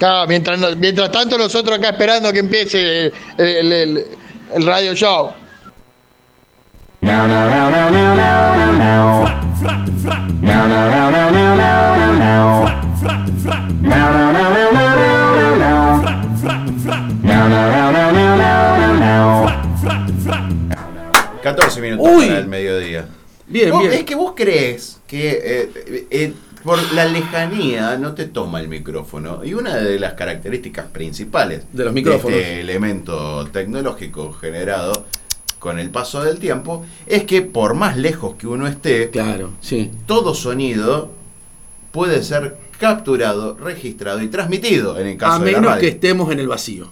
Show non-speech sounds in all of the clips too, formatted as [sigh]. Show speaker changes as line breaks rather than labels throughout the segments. No, mientras, no- mientras tanto nosotros acá esperando que empiece el, el- el- el radio show.
Uy,
14 minutos
Uy.
para el mediodía.
Bien,
Vos-
bien.
Es que vos crees que eh, eh, por la lejanía no te toma el micrófono. Y una de las características principales
De los micrófonos.
este elemento tecnológico generado con el paso del tiempo es que por más lejos que uno esté,
Claro, sí.
todo sonido puede ser capturado, registrado y transmitido en el caso
A
de la
menos que
radio.
estemos en el vacío.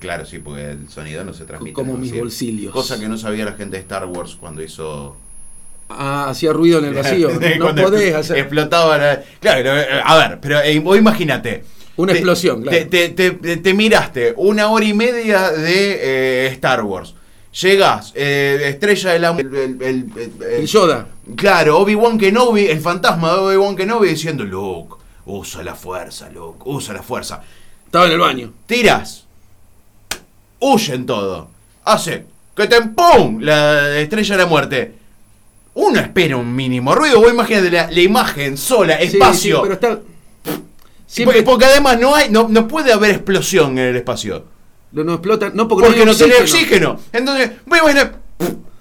Claro, sí, porque el sonido no se transmite.
Como
¿no?
mis
Sí.
bolsillos.
Cosa que no sabía la gente de Star Wars cuando hizo
Ah, hacía ruido en
[laughs]
el vacío. No
Cuando
podés
expl-
hacer.
Explotaba la- Claro, no, eh, a ver, pero eh, vos imagínate.
Una
Te-
explosión, claro.
Te, te- te- te miraste una hora y media de eh, Star Wars. Llegás, eh, estrella de la. El, el- el- el-
El Yoda.
Claro, Obi-Wan Kenobi, el fantasma de Obi-Wan Kenobi diciendo: Luke, usa la fuerza, Luke, usa la fuerza.
Estaba en el baño.
Tiras. Huyen todo. Hace. ¡Que te empum! La estrella de la muerte. Uno espera un mínimo ruido. Vos imagínate la, la imagen sola,
Sí,
espacio. Pues,
sí, pero está.
Porque-
Siempre
Porque además no hay. No, no puede haber explosión en el espacio.
no, no explotan. No, porque,
Porque
no,
no
hay
tiene
oxígeno.
oxígeno. Entonces, bueno, bueno.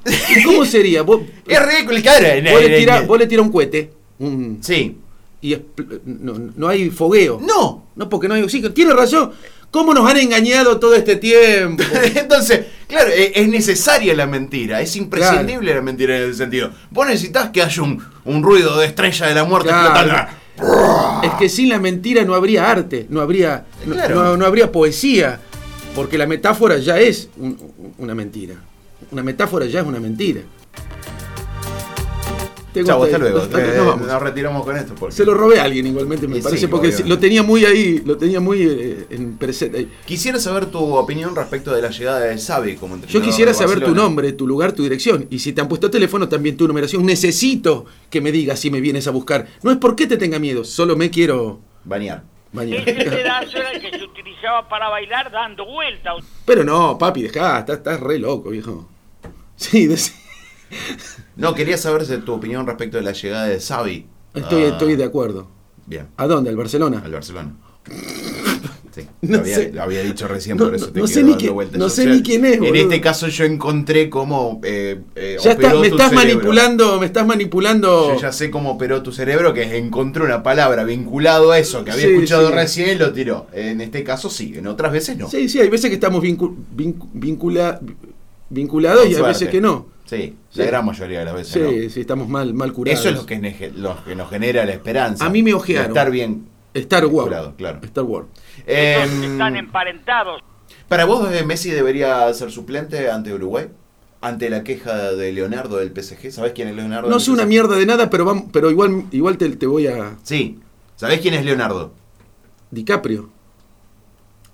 ¿Y cómo sería? Vos,
[laughs] Es ridículo. Claro, en-
vos le
en-
tirás vos le tirás un cohete. un-
Sí.
y expl- no, no hay fogueo.
No.
No, porque no hay oxígeno. Tiene razón. ¿Cómo nos han engañado todo este tiempo?
[laughs] Entonces, claro, e- es necesaria la mentira, es imprescindible la mentira en ese sentido. Vos necesitas que haya un, un ruido de estrella de la muerte
Claro.
explotando.
Es que sin la mentira no habría arte, no habría, no-
Claro.
no, no habría poesía, porque la metáfora ya es un- una mentira. Una metáfora ya es una mentira. Tengo
Chau,
hasta
hasta
ahí.
luego.
Hasta-
Eh,
nos vamos.
Nos retiramos con esto. Porque...
Se lo robé a alguien igualmente, me
Y
parece,
sí,
porque
obvio.
lo tenía muy ahí, lo tenía muy eh, en presente. ahí.
Quisiera saber tu opinión respecto de la llegada de Xavi como
Yo
entrenador.
quisiera
de
saber tu
Barcelona.
nombre, tu lugar, tu dirección. Y si te han puesto teléfono, también tu numeración. Necesito que me digas si me vienes a buscar. No es porque te tenga miedo, solo me quiero
Bañar.
bañar.
[laughs]
Este pedazo era el que se utilizaba para bailar dando vueltas.
Pero no, papi, dejá, estás, estás re loco, viejo. Sí, de-
No, quería saber si tu opinión respecto de la llegada de Xavi.
[laughs] estoy,
Ah,
estoy de acuerdo.
Bien,
¿A dónde? ¿Al Barcelona?
al Barcelona. Sí,
[laughs] No
lo, había,
sé.
lo había dicho recién,
No-
por eso
no-
te
no
quedo
sé ni
dando
quién-
vueltas.
no
Yo,
sé
o
ni quién es,
En
boludo.
este caso yo encontré cómo eh, eh,
Ya está,
operó
me
tu
estás
cerebro.
manipulando, me estás manipulando.
Yo ya sé cómo operó tu cerebro, que es encontró una palabra vinculado a eso que había
Sí,
escuchado
sí.
recién y lo tiró. En este caso sí, en otras veces no.
Sí, sí, hay veces que estamos vincu- vincu- vincula- vinculados
Con
y hay
suerte.
veces que no.
Sí,
Sí.
la gran mayoría de las veces
Sí,
no.
sí, estamos mal, mal curados.
Eso es lo que, nege- lo que nos genera la esperanza.
A mí me
de
ojearon.
Estar bien.
Star Wars.
Vinculado, claro.
Star Wars.
Eh,
Em.
Ellos están emparentados.
para vos, eh, Messi debería ser suplente ante Uruguay. Ante la queja de Leonardo del PSG. ¿Sabés quién es Leonardo?
No
del
sé una
PSG?
mierda de nada, pero, vam- pero igual, igual te, te voy a...
Sí. ¿Sabés quién es Leonardo?
DiCaprio,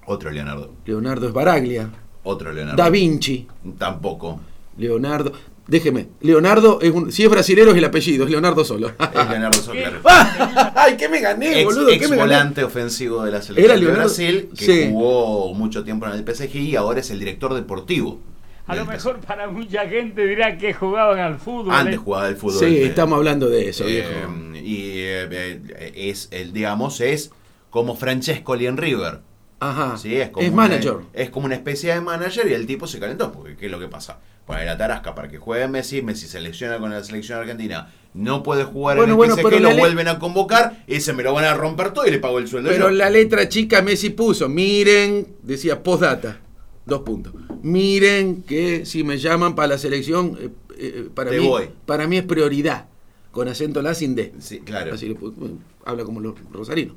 Otro Leonardo.
Leonardo Sbaraglia,
Otro Leonardo.
Da Vinci,
Tampoco.
Leonardo... Déjeme, Leonardo es un... Si es brasilero es el apellido, es Leonardo solo.
Es Leonardo Soclar.
[laughs] ¡Ay, qué me gané,
Ex,
Eh, boludo!
ex
¿Qué me gané?
volante ofensivo de la selección
Era
de
Leonardo-
Brasil, que
sí.
jugó mucho tiempo en el PSG y ahora es el director deportivo.
A
del
lo
PSG.
mejor para mucha gente dirá que jugaban al fútbol.
Antes
¿eh?
jugaba del fútbol.
Sí,
eh,
estamos hablando de eso,
Eh,
viejo.
y eh, eh, es el, digamos, es como Francesco en River.
Ajá.
¿sí? Es, como
Ah, es
una-
manager.
es como una especie de manager y el tipo se calentó. Porque, ¿qué es lo que pasa? Poner a Tarasca para que juegue Messi, Messi se lesiona con la selección argentina. No puede jugar
Bueno,
en el
bueno,
PSG,
pero
lo
la le-
vuelven a convocar y se me lo van a romper todo y le pago el sueldo.
Pero
yo.
la letra chica Messi puso, miren, decía postdata, dos puntos. Miren que si me llaman para la selección, eh, eh, para,
Te
mí,
voy.
para mí es prioridad. Con acento la sin D.
Sí, claro.
Así le pu- bueno, habla como los rosarinos.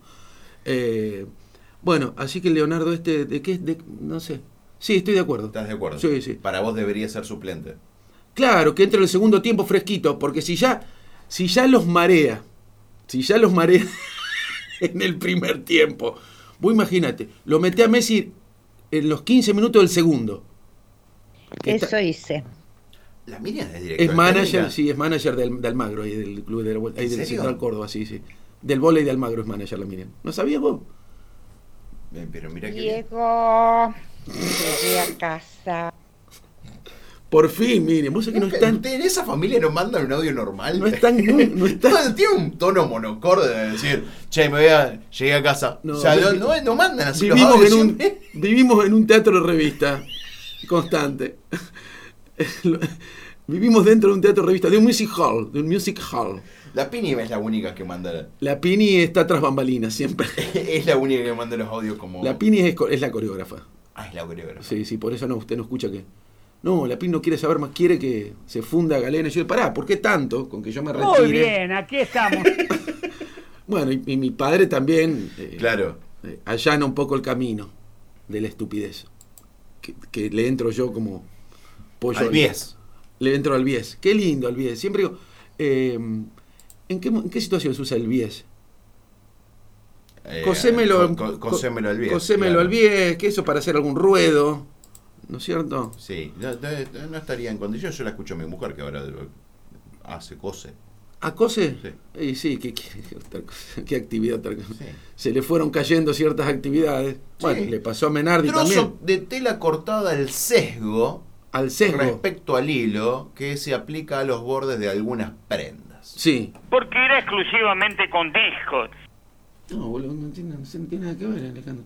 Eh, bueno, así que Leonardo este, ¿de qué? es? De- no sé. Sí, estoy de acuerdo.
¿Estás de acuerdo?
Sí, sí.
Para vos debería ser suplente.
Claro, que entre en el segundo tiempo fresquito, porque si ya, si ya los marea, si ya los marea [laughs] en el primer tiempo, vos imagínate, lo metí a Messi en los 15 minutos del segundo. Está-
Eso hice.
La Miriam es directora.
es manager,
técnica.
sí, es manager del, de Almagro y del club de la vuelta, ahí
¿En
del
serio?
Central Córdoba, sí, sí. Del volei de Almagro es manager la Miriam. ¿No sabías vos?
Bien, Eh, pero mirá que bien.
Diego, llegué a casa.
Por fin, miren, vos sabés que no
Nunca-
están.
¿usted en esa familia nos mandan un audio normal.
No están. No, no están.
[laughs] No, tiene un tono monocorde de decir, che, me voy a. Llegué a casa.
No,
o sea, no,
vivi-
no- no mandan así los
Vivimos
audios
en, un,
siempre. [laughs]
vivimos en un teatro de revista constante. Lo- Vivimos dentro de un teatro de revista, de un music hall, de un music hall.
La Pini es la [laughs] única que manda.
La Pini está tras bambalinas siempre.
Es la única que manda los audios como.
La Pini es, co- es la coreógrafa.
Ah, es la coreógrafa.
Sí, sí, por eso no, usted no escucha que. No, la Pini no quiere saber más, quiere que se funda Galena. Y yo, pará, ¿por qué tanto? Con que yo me retire.
Muy bien,
[laughs]
aquí estamos.
Bueno, y, y mi padre también eh,
Claro.
eh, allana un poco el camino de la estupidez. Que, que le entro yo como pollo.
Al 10.
Le entro al bies. Qué lindo al bies. Siempre digo, eh, ¿en, qué, mo- en qué situación se usa el bies? cosémelo,
Eh, co- co- cosémelo al 10.
Eh, Cosémelo
claro.
al bies, que eso para hacer algún ruedo. ¿No es cierto?
Sí, no, no- no estaría en condiciones. Yo la escucho a mi mujer que ahora hace cose.
¿A cose?
Sí.
Y sí, ¿qué, quiere? ¿Qué otra cosa? ¿Qué actividad otra cosa?
Sí.
Se le fueron cayendo ciertas actividades. Bueno, le pasó a Menardi
Trozo
también.
de tela cortada al sesgo,
Al sesgo.
respecto al hilo que se aplica a los bordes de algunas prendas.
Sí.
Porque era exclusivamente con discos.
No, boludo, no tiene, no tiene nada que ver, Alejandro.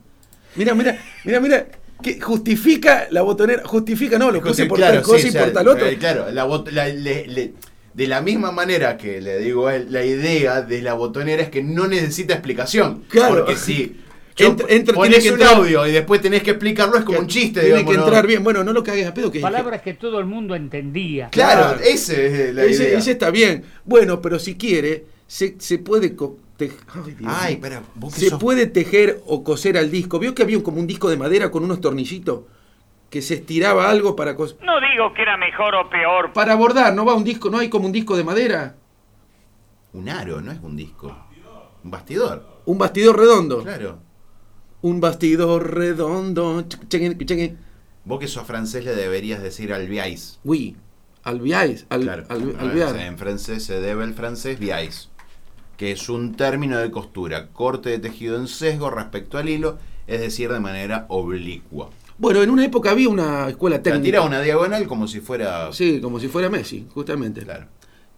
Mira, mira, mira, mira. Que justifica la botonera. Justifica, no, lo puse por
Claro,
tal cosa
sí,
y
o sea,
por tal otro.
eh, claro, la bot- la- le- le- de la misma manera que le digo a él, la idea de la botonera es que no necesita explicación.
Claro.
Porque si
[laughs] Entra- entra-
pones
tiene que
un
entrar-
audio y después tenés que explicarlo, es como un chiste.
Tiene
digamos,
que
¿no?
entrar bien. Bueno, no lo cagues a pedo. Que
Palabras que todo el mundo entendía.
Claro,
Claro.
esa es eh, la
ese,
idea.
ese está bien. Bueno, pero si quiere, se, se puede. co- te- Ay, Dios
Ay,
mío.
pero vos que
Se
sos-
puede tejer o coser al disco. ¿Vio que había un- como un disco de madera con unos tornillitos? Que se estiraba algo para cos-
No digo que era mejor o peor.
Para bordar, ¿no va un disco? ¿No hay como un disco de madera?
Un aro, no es un disco. Un bastidor.
Un bastidor redondo.
Claro.
Un bastidor redondo. Chic, chic, chic.
Vos que sos francés le deberías decir al viais.
Oui. Albiais. Al,
Claro.
al-
A ver,
alvear.
en francés se debe el francés viais, que es un término de costura, corte de tejido en sesgo respecto al hilo, es decir, de manera oblicua.
Bueno, en una época había una escuela
Te
técnica.
tira una diagonal como si fuera.
Sí, como si fuera Messi, justamente.
Claro,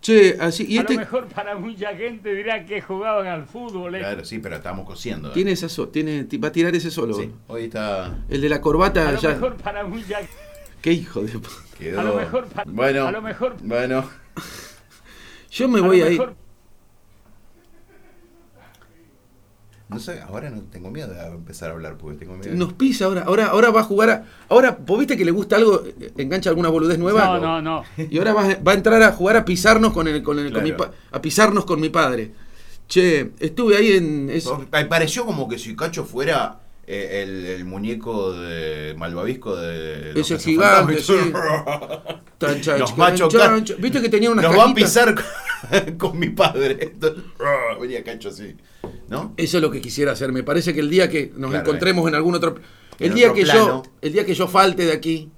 Che, así. Y
A
este
lo mejor para mucha gente dirá que jugaban al fútbol. eh.
claro, sí, pero estamos cosiendo. ¿eh?
tiene esa so- tiene, ti- va a tirar ese solo.
Sí, hoy está.
El de la
A
corbata
lo
ya.
mejor para mucha
Qué hijo de. p-
Quedó.
A lo mejor pa-
bueno,
a lo mejor-
Bueno,
Yo me
a
[laughs]
lo
voy ahí.
mejor
no sé, ahora no tengo miedo de empezar a hablar porque tengo miedo.
Nos pisa ahora. Ahora, ahora va a jugar a. Ahora, vos viste que le gusta algo, eh, engancha alguna boludez nueva.
No, no,
[laughs]
no.
Y ahora va, va a entrar a jugar a pisarnos con el, con el- con
Claro.
mi pa- a pisarnos con mi padre. Che, estuve ahí en. es-
Pa- Pareció como que si Cacho fuera eh, el, el muñeco de malvavisco de. los
Ese gigante,
cazafantasmas. [laughs]
sí. Tan, chan,
Los
chan,
machos
chan,
ca-
chan. Viste que tenía unas
Nos va a
cajitas?
pisar con, [laughs] con mi padre. Entonces, [laughs] Venía Cacho así. ¿No?
Eso es lo que quisiera hacer. Me parece que el día que nos
Claro, eh.
encontremos en algún otro. El
en
día,
otro
que yo,
plano.
el día que yo falte de aquí.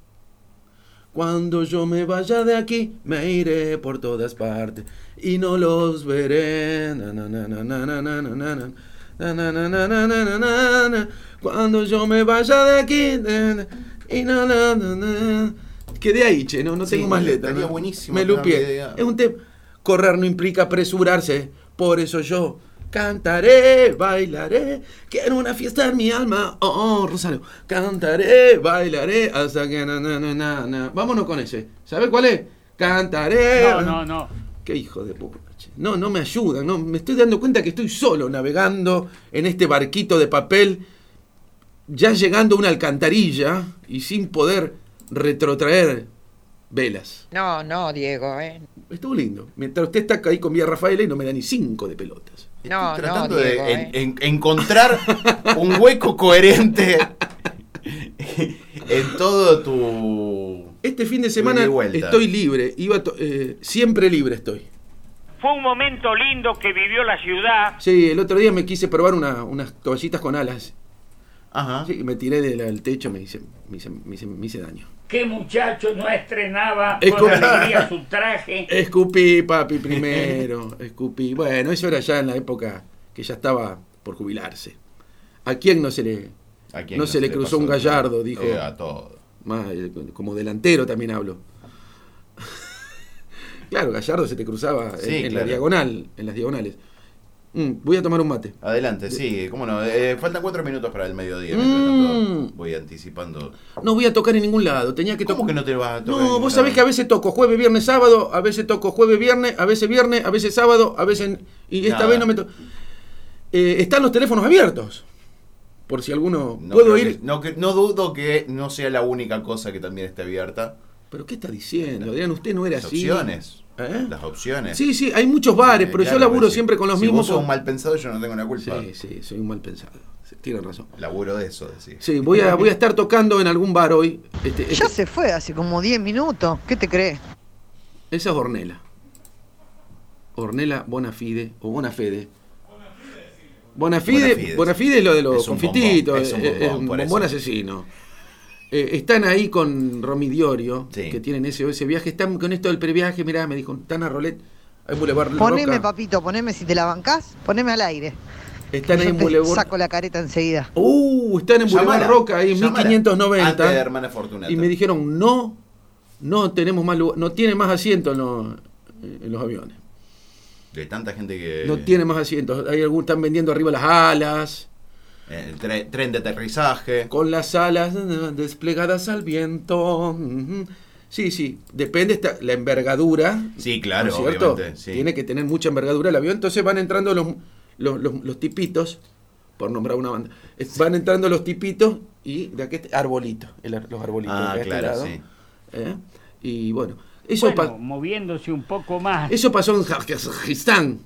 Cuando yo me vaya de aquí, me iré por todas partes y no los veré. Na, na, na, na, na, na, na, na, na, na. Na, na, na, na, na, na, na, na, na. Cuando yo me vaya de aquí na, na, y no los veré. Quedé ahí, che, no, no
Sí,
tengo más letra.
estaría
¿no?
buenísimo
Me
tener
lupié.
una idea.
Es un tema. Correr no implica apresurarse, por eso yo cantaré, bailaré, quiero una fiesta en mi alma, oh, oh, Rosario, cantaré, bailaré, hasta que na, na, na, na, na. Vámonos con ese, ¿sabe cuál es? Cantaré.
No, no, no.
Qué hijo de puta. che. No, no me ayudan, no, me estoy dando cuenta que estoy solo navegando en este barquito de papel, ya llegando a una alcantarilla y sin poder retrotraer velas.
No, no, Diego, ¿eh?
Estuvo lindo. Mientras usted está ahí con Vía Rafaela y no me da ni cinco de pelotas.
Estoy
No, no,
tratando
Diego,
de
eh.
en- en- encontrar un hueco coherente en todo tu.
Este fin de
Ida
semana
y vuelta.
estoy libre. Iba to- eh, siempre libre estoy.
Fue un momento lindo que vivió la ciudad.
Sí, el otro día me quise probar una- unas toallitas con alas.
Ajá.
Sí, me tiré del, del techo, me hice, me, hice, me hice- me hice daño.
¿Qué muchacho no estrenaba
Es Eh,
con
como-
alegría su traje?
Escupí, papi, primero. Escupí. Bueno, eso era ya en la época que ya estaba por jubilarse. ¿A quién no se le,
¿A quién
No se le cruzó un
pasó?
gallardo, dijo.
Eh, a todo.
Más, eh, como delantero también
[laughs]
hablo. claro, Gallardo se te cruzaba en-
Sí,
en, la
claro.
diagonal, en las diagonales. Mm, voy a tomar un mate.
Adelante, sí, cómo no. eh, faltan cuatro minutos para el mediodía.
Mm.
mientras tanto voy anticipando.
No voy a tocar en ningún lado, tenía que
¿Cómo
tocar.
que no te vas a tocar?
No, vos sabés que a veces toco jueves, viernes, sábado, a veces toco jueves, viernes, a veces viernes, a veces sábado, a veces... Y esta
Nada.
vez no me toco... están los teléfonos abiertos. Por si alguno...
No
¿Puedo
creo
ir?
que- no, que- no dudo que no sea la única cosa que también esté abierta.
¿Pero qué está diciendo, Adrián? Usted no era
Las
así.
opciones.
¿Eh?
Las opciones.
Sí, sí, hay muchos bares,
Eh,
pero yo
claro,
laburo
pues,
siempre con los
si
mismos...
Vos sos
por-
un mal pensado, yo no tengo la culpa.
Sí, sí, soy un mal pensado. Sí, Tienen razón.
Laburo de eso, decís.
Sí, voy a, voy a estar tocando en algún bar hoy. Este, este-
Ya se fue hace como 10 minutos. ¿Qué te crees?
Esa es Ornella. Ornella Bonafide o Bonafede. Bonafide,
Bonafide,
Bonafide es lo de los
Es un
confititos,
bombón, es un
eh, eh,
bombón, por eso.
bombón asesino. Eh, están ahí con Romidiorio,
Sí.
que tienen ese, ese viaje. Están con esto del previaje, mirá, me dijo, están a Rolet, ahí en Boulevard
Poneme,
Roca.
papito, poneme si te la bancás, poneme al aire.
Están ahí
Yo
en
te
Boulevard.
saco la careta enseguida.
Uh, están en Boulevard
Llamala,
Roca, ahí en
llamala.
1590.
Antes de Hermana Fortunata.
Y me dijeron, no, no tenemos más lugar, no tiene más asiento en los, en los aviones.
De tanta gente que.
No tiene más asientos. Hay algunos están vendiendo arriba las alas,
eh, El tre- tren de aterrizaje.
con las alas eh, desplegadas al viento. Ujú. Sí, sí, depende esta- la envergadura.
Sí, claro,
¿no es cierto?
obviamente, sí.
Tiene que tener mucha envergadura el avión. Entonces van entrando los, los, los- los tipitos, por nombrar una banda. Es- Van entrando los tipitos y de aquel arbolito, el ar- los arbolitos.
Ah,
de este
claro,
lado,
sí.
¿eh? Y bueno, eso
Bueno,
pa-
moviéndose un poco más.
Eso pasó en Kazajistán.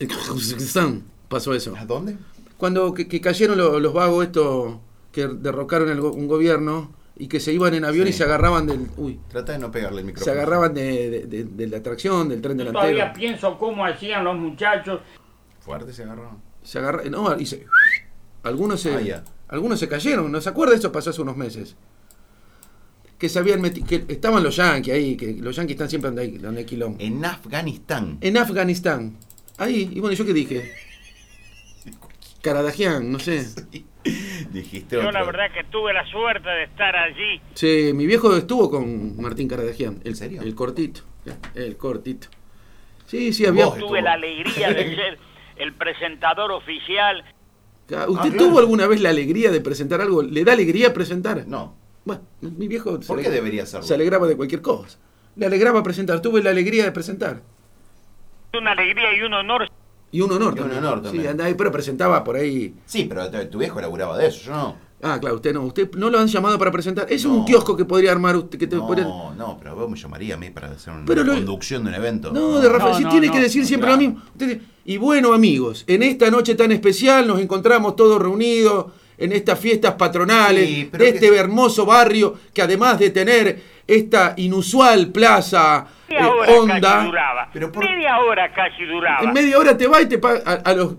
En Kazajistán pasó eso.
¿A dónde?
Cuando que, que cayeron lo- los vagos estos que derrocaron el go- un gobierno y que se iban en avión
Sí.
y se agarraban del... Uy,
Trata de no pegarle el micrófono.
se agarraban de, de- de- de la tracción, del tren
Yo
delantero.
todavía pienso cómo hacían los muchachos.
Fuerte se agarraron.
Se agarra, no, y se- algunos se,
Ah, ya.
algunos se cayeron, ¿no se acuerda? Eso pasó hace unos meses. Que se habían meti- que estaban los yanquis ahí, que los yanquis están siempre donde hay, donde hay quilombo.
En Afganistán.
En Afganistán. Ahí, y bueno, ¿yo qué dije? Karadagian, no sé.
Dijiste
Yo
otro.
la verdad que tuve la suerte de estar allí.
Sí, mi viejo estuvo con Martín Karadagian. El,
¿En serio?
El cortito. El cortito. Sí, sí, había...
Vos. eh.
Tuve la alegría
[laughs]
de ser el presentador oficial.
Ca-
Ah,
¿Usted
claro.
tuvo alguna vez la alegría de presentar algo? ¿Le da alegría presentar?
No.
Bueno, mi viejo... se
¿Por qué
aleg-
debería hacerlo?
Se alegraba de cualquier cosa. Le alegraba presentar. Tuve la alegría de presentar.
Una alegría y un honor.
Y un honor
Y un
también.
honor también.
Sí, andaba ahí, pero presentaba por ahí...
Sí, pero tu, tu viejo laburaba de eso, yo no.
Ah, claro, usted no. Usted no lo han llamado para presentar. Es un
No.
kiosco que podría armar usted. Que te
no,
podría-
no, pero vos me llamaría a mí para hacer una
Pero lo-
conducción de un evento.
No, de Rafael,
No,
si
no,
tiene
no,
que decir
no,
siempre
claro.
lo mismo. Usted dice, y bueno, amigos, en esta noche tan especial nos encontramos todos reunidos en estas fiestas patronales
Sí, pero
de
que-
este hermoso barrio que además de tener esta inusual plaza
Media
eh,
hora
onda,
casi duraba.
Pero por-
Media hora casi duraba.
en media hora te va y te pa- a, a los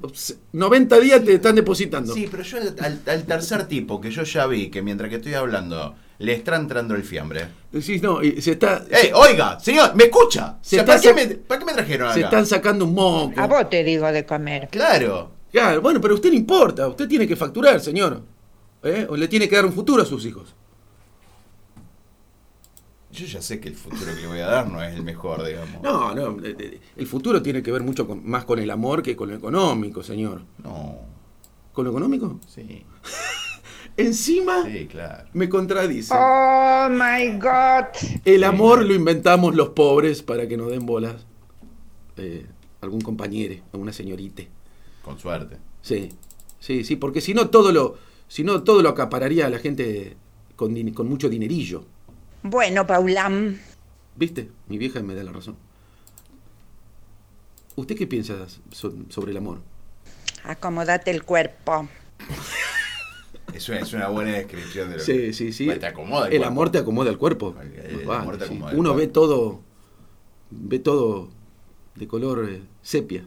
90 días te están depositando.
Sí, pero yo al, al- al tercer tipo que yo ya vi que mientras que estoy hablando le está entrando el fiambre.
Decís, no, y se está
¡Ey, oiga! Señor, ¿me escucha?
Se
O
está
sea, ¿para, qué
sa-
me, para qué me trajeron acá?
se están sacando un moco.
A vos te digo de comer.
Claro.
Claro, bueno, pero usted no importa, usted tiene que facturar, señor. ¿Eh? O le tiene que dar un futuro a sus hijos.
Yo ya sé que el futuro que le voy a dar no es el mejor, digamos.
No, no, eh, eh, el futuro tiene que ver mucho con- más con el amor que con lo económico, señor.
No,
¿Con lo económico?
sí,
Encima
sí, claro.
me contradice.
Oh my god.
El amor lo inventamos los pobres para que nos den bolas. Eh, algún compañero, alguna señorite.
Con suerte.
Sí, sí, sí, porque si no todo lo, si no todo lo acapararía a la gente con, din- con mucho dinerillo.
Bueno, Paulam.
¿Viste? Mi vieja me da la razón. ¿Usted qué piensa so- sobre el amor?
Acomodate el cuerpo.
Es una, es una buena descripción de lo
Sí,
que...
sí, sí.
pues Te acomoda
el amor te acomoda el cuerpo.
El-
Más
el
vale,
amor te
sí.
acomoda el
Uno
cuerpo.
ve todo, ve todo de color eh, sepia.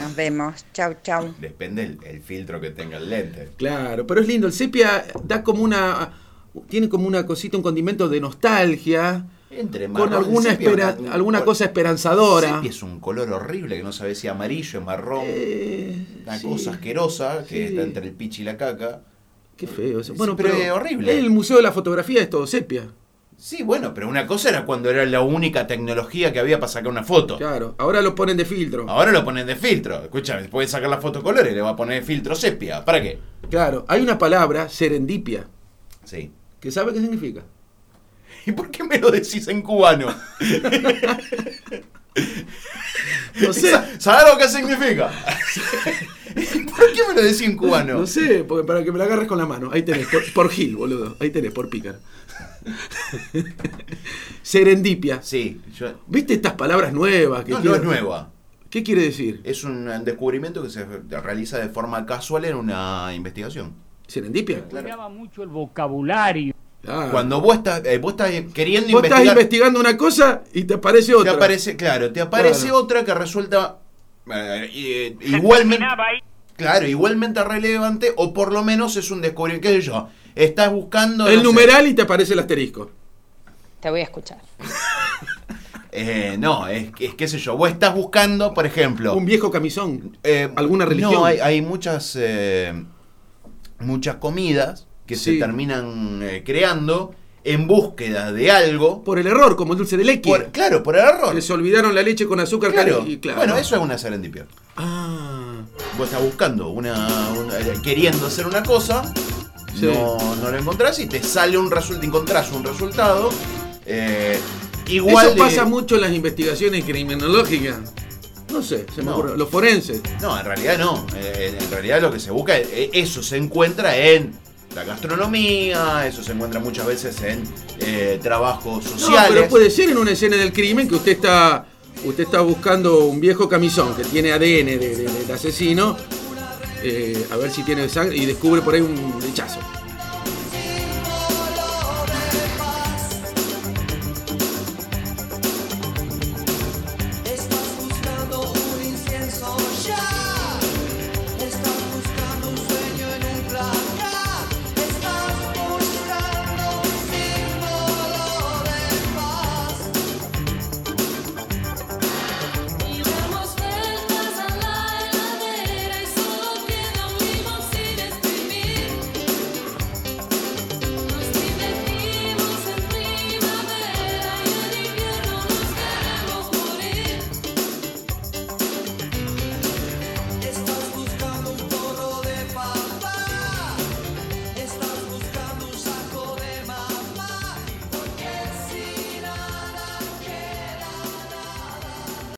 Nos vemos. Chau, chau.
Depende el, el filtro que tenga el lente.
Claro, pero es lindo. El sepia da como una, tiene como una cosita, un condimento de nostalgia,
Entre
con alguna espera- alguna cosa esperanzadora.
Sepia es un color horrible que no sabes si amarillo, marrón,
Eh,
una
sí.
cosa asquerosa que
sí.
está entre el pichi y la caca.
Qué feo eso.
Sí,
Bueno,
pero
pero,
es horrible.
El Museo de la Fotografía es todo sepia.
Sí, bueno, pero una cosa era cuando era la única tecnología que había para sacar una foto.
Claro. Ahora lo ponen de filtro.
Ahora lo ponen de filtro. Escúchame, puedes sacar la foto colores, le va a poner filtro sepia. ¿Para qué?
Claro. Hay una palabra, serendipia,
Sí.
que sabe qué significa.
¿Y por qué me lo decís en cubano?
No sé.
Sa- [laughs] ¿Sabés lo que significa?
[laughs]
¿Por qué me lo decís en cubano?
No sé, porque para que me la agarres con la mano. Ahí tenés, por, por Gil, boludo. Ahí tenés, por pícaro.
[laughs]
Serendipia.
Sí, yo...
¿Viste estas palabras nuevas? Que
No, no
tienen?
es nueva.
¿Qué quiere decir?
Es un descubrimiento que se realiza de forma casual en una investigación.
¿Serendipia?
Me llama mucho el vocabulario.
Ah.
Cuando vos estás, eh, vos estás queriendo
Vos estás
investigar,
investigando una cosa y te aparece
te
otra.
aparece, claro, te aparece
Claro.
otra que resulta eh, eh,
Se
igualmente,
terminaba ahí.
claro, igualmente relevante o por lo menos es un descubrimiento. ¿Qué sé yo? Estás buscando
el
no sé,
numeral y te aparece el asterisco.
Te voy a escuchar.
eh, no, es, que- es qué sé yo. Vos estás buscando, por ejemplo,
Un viejo camisón.
Eh,
¿Alguna religión?
No, hay, hay muchas, eh, muchas comidas que se
Sí.
terminan eh, creando en búsqueda de algo.
Por el error, como el dulce de leche.
por- claro, por el error.
Les olvidaron la leche con azúcar.
Claro.
Y, claro.
Bueno, eso es una serendipia.
Ah.
Vos estás buscando una, una- eh, queriendo hacer una cosa,
Sí.
no, no la encontrás y te sale un resultado, encontrás un resultado. eh, igual
Eso
de-
pasa mucho en las investigaciones criminológicas. No sé, se me
No.
ocurre. Los forenses.
No, en realidad no. Eh, En realidad lo que se busca, es- eh, eso se encuentra en la gastronomía, eso se encuentra muchas veces en eh, trabajos sociales.
No, pero puede ser en una escena del crimen que usted está usted está buscando un viejo camisón que tiene ADN de- de- del asesino, eh, a ver si tiene sangre, y descubre por ahí un hechazo.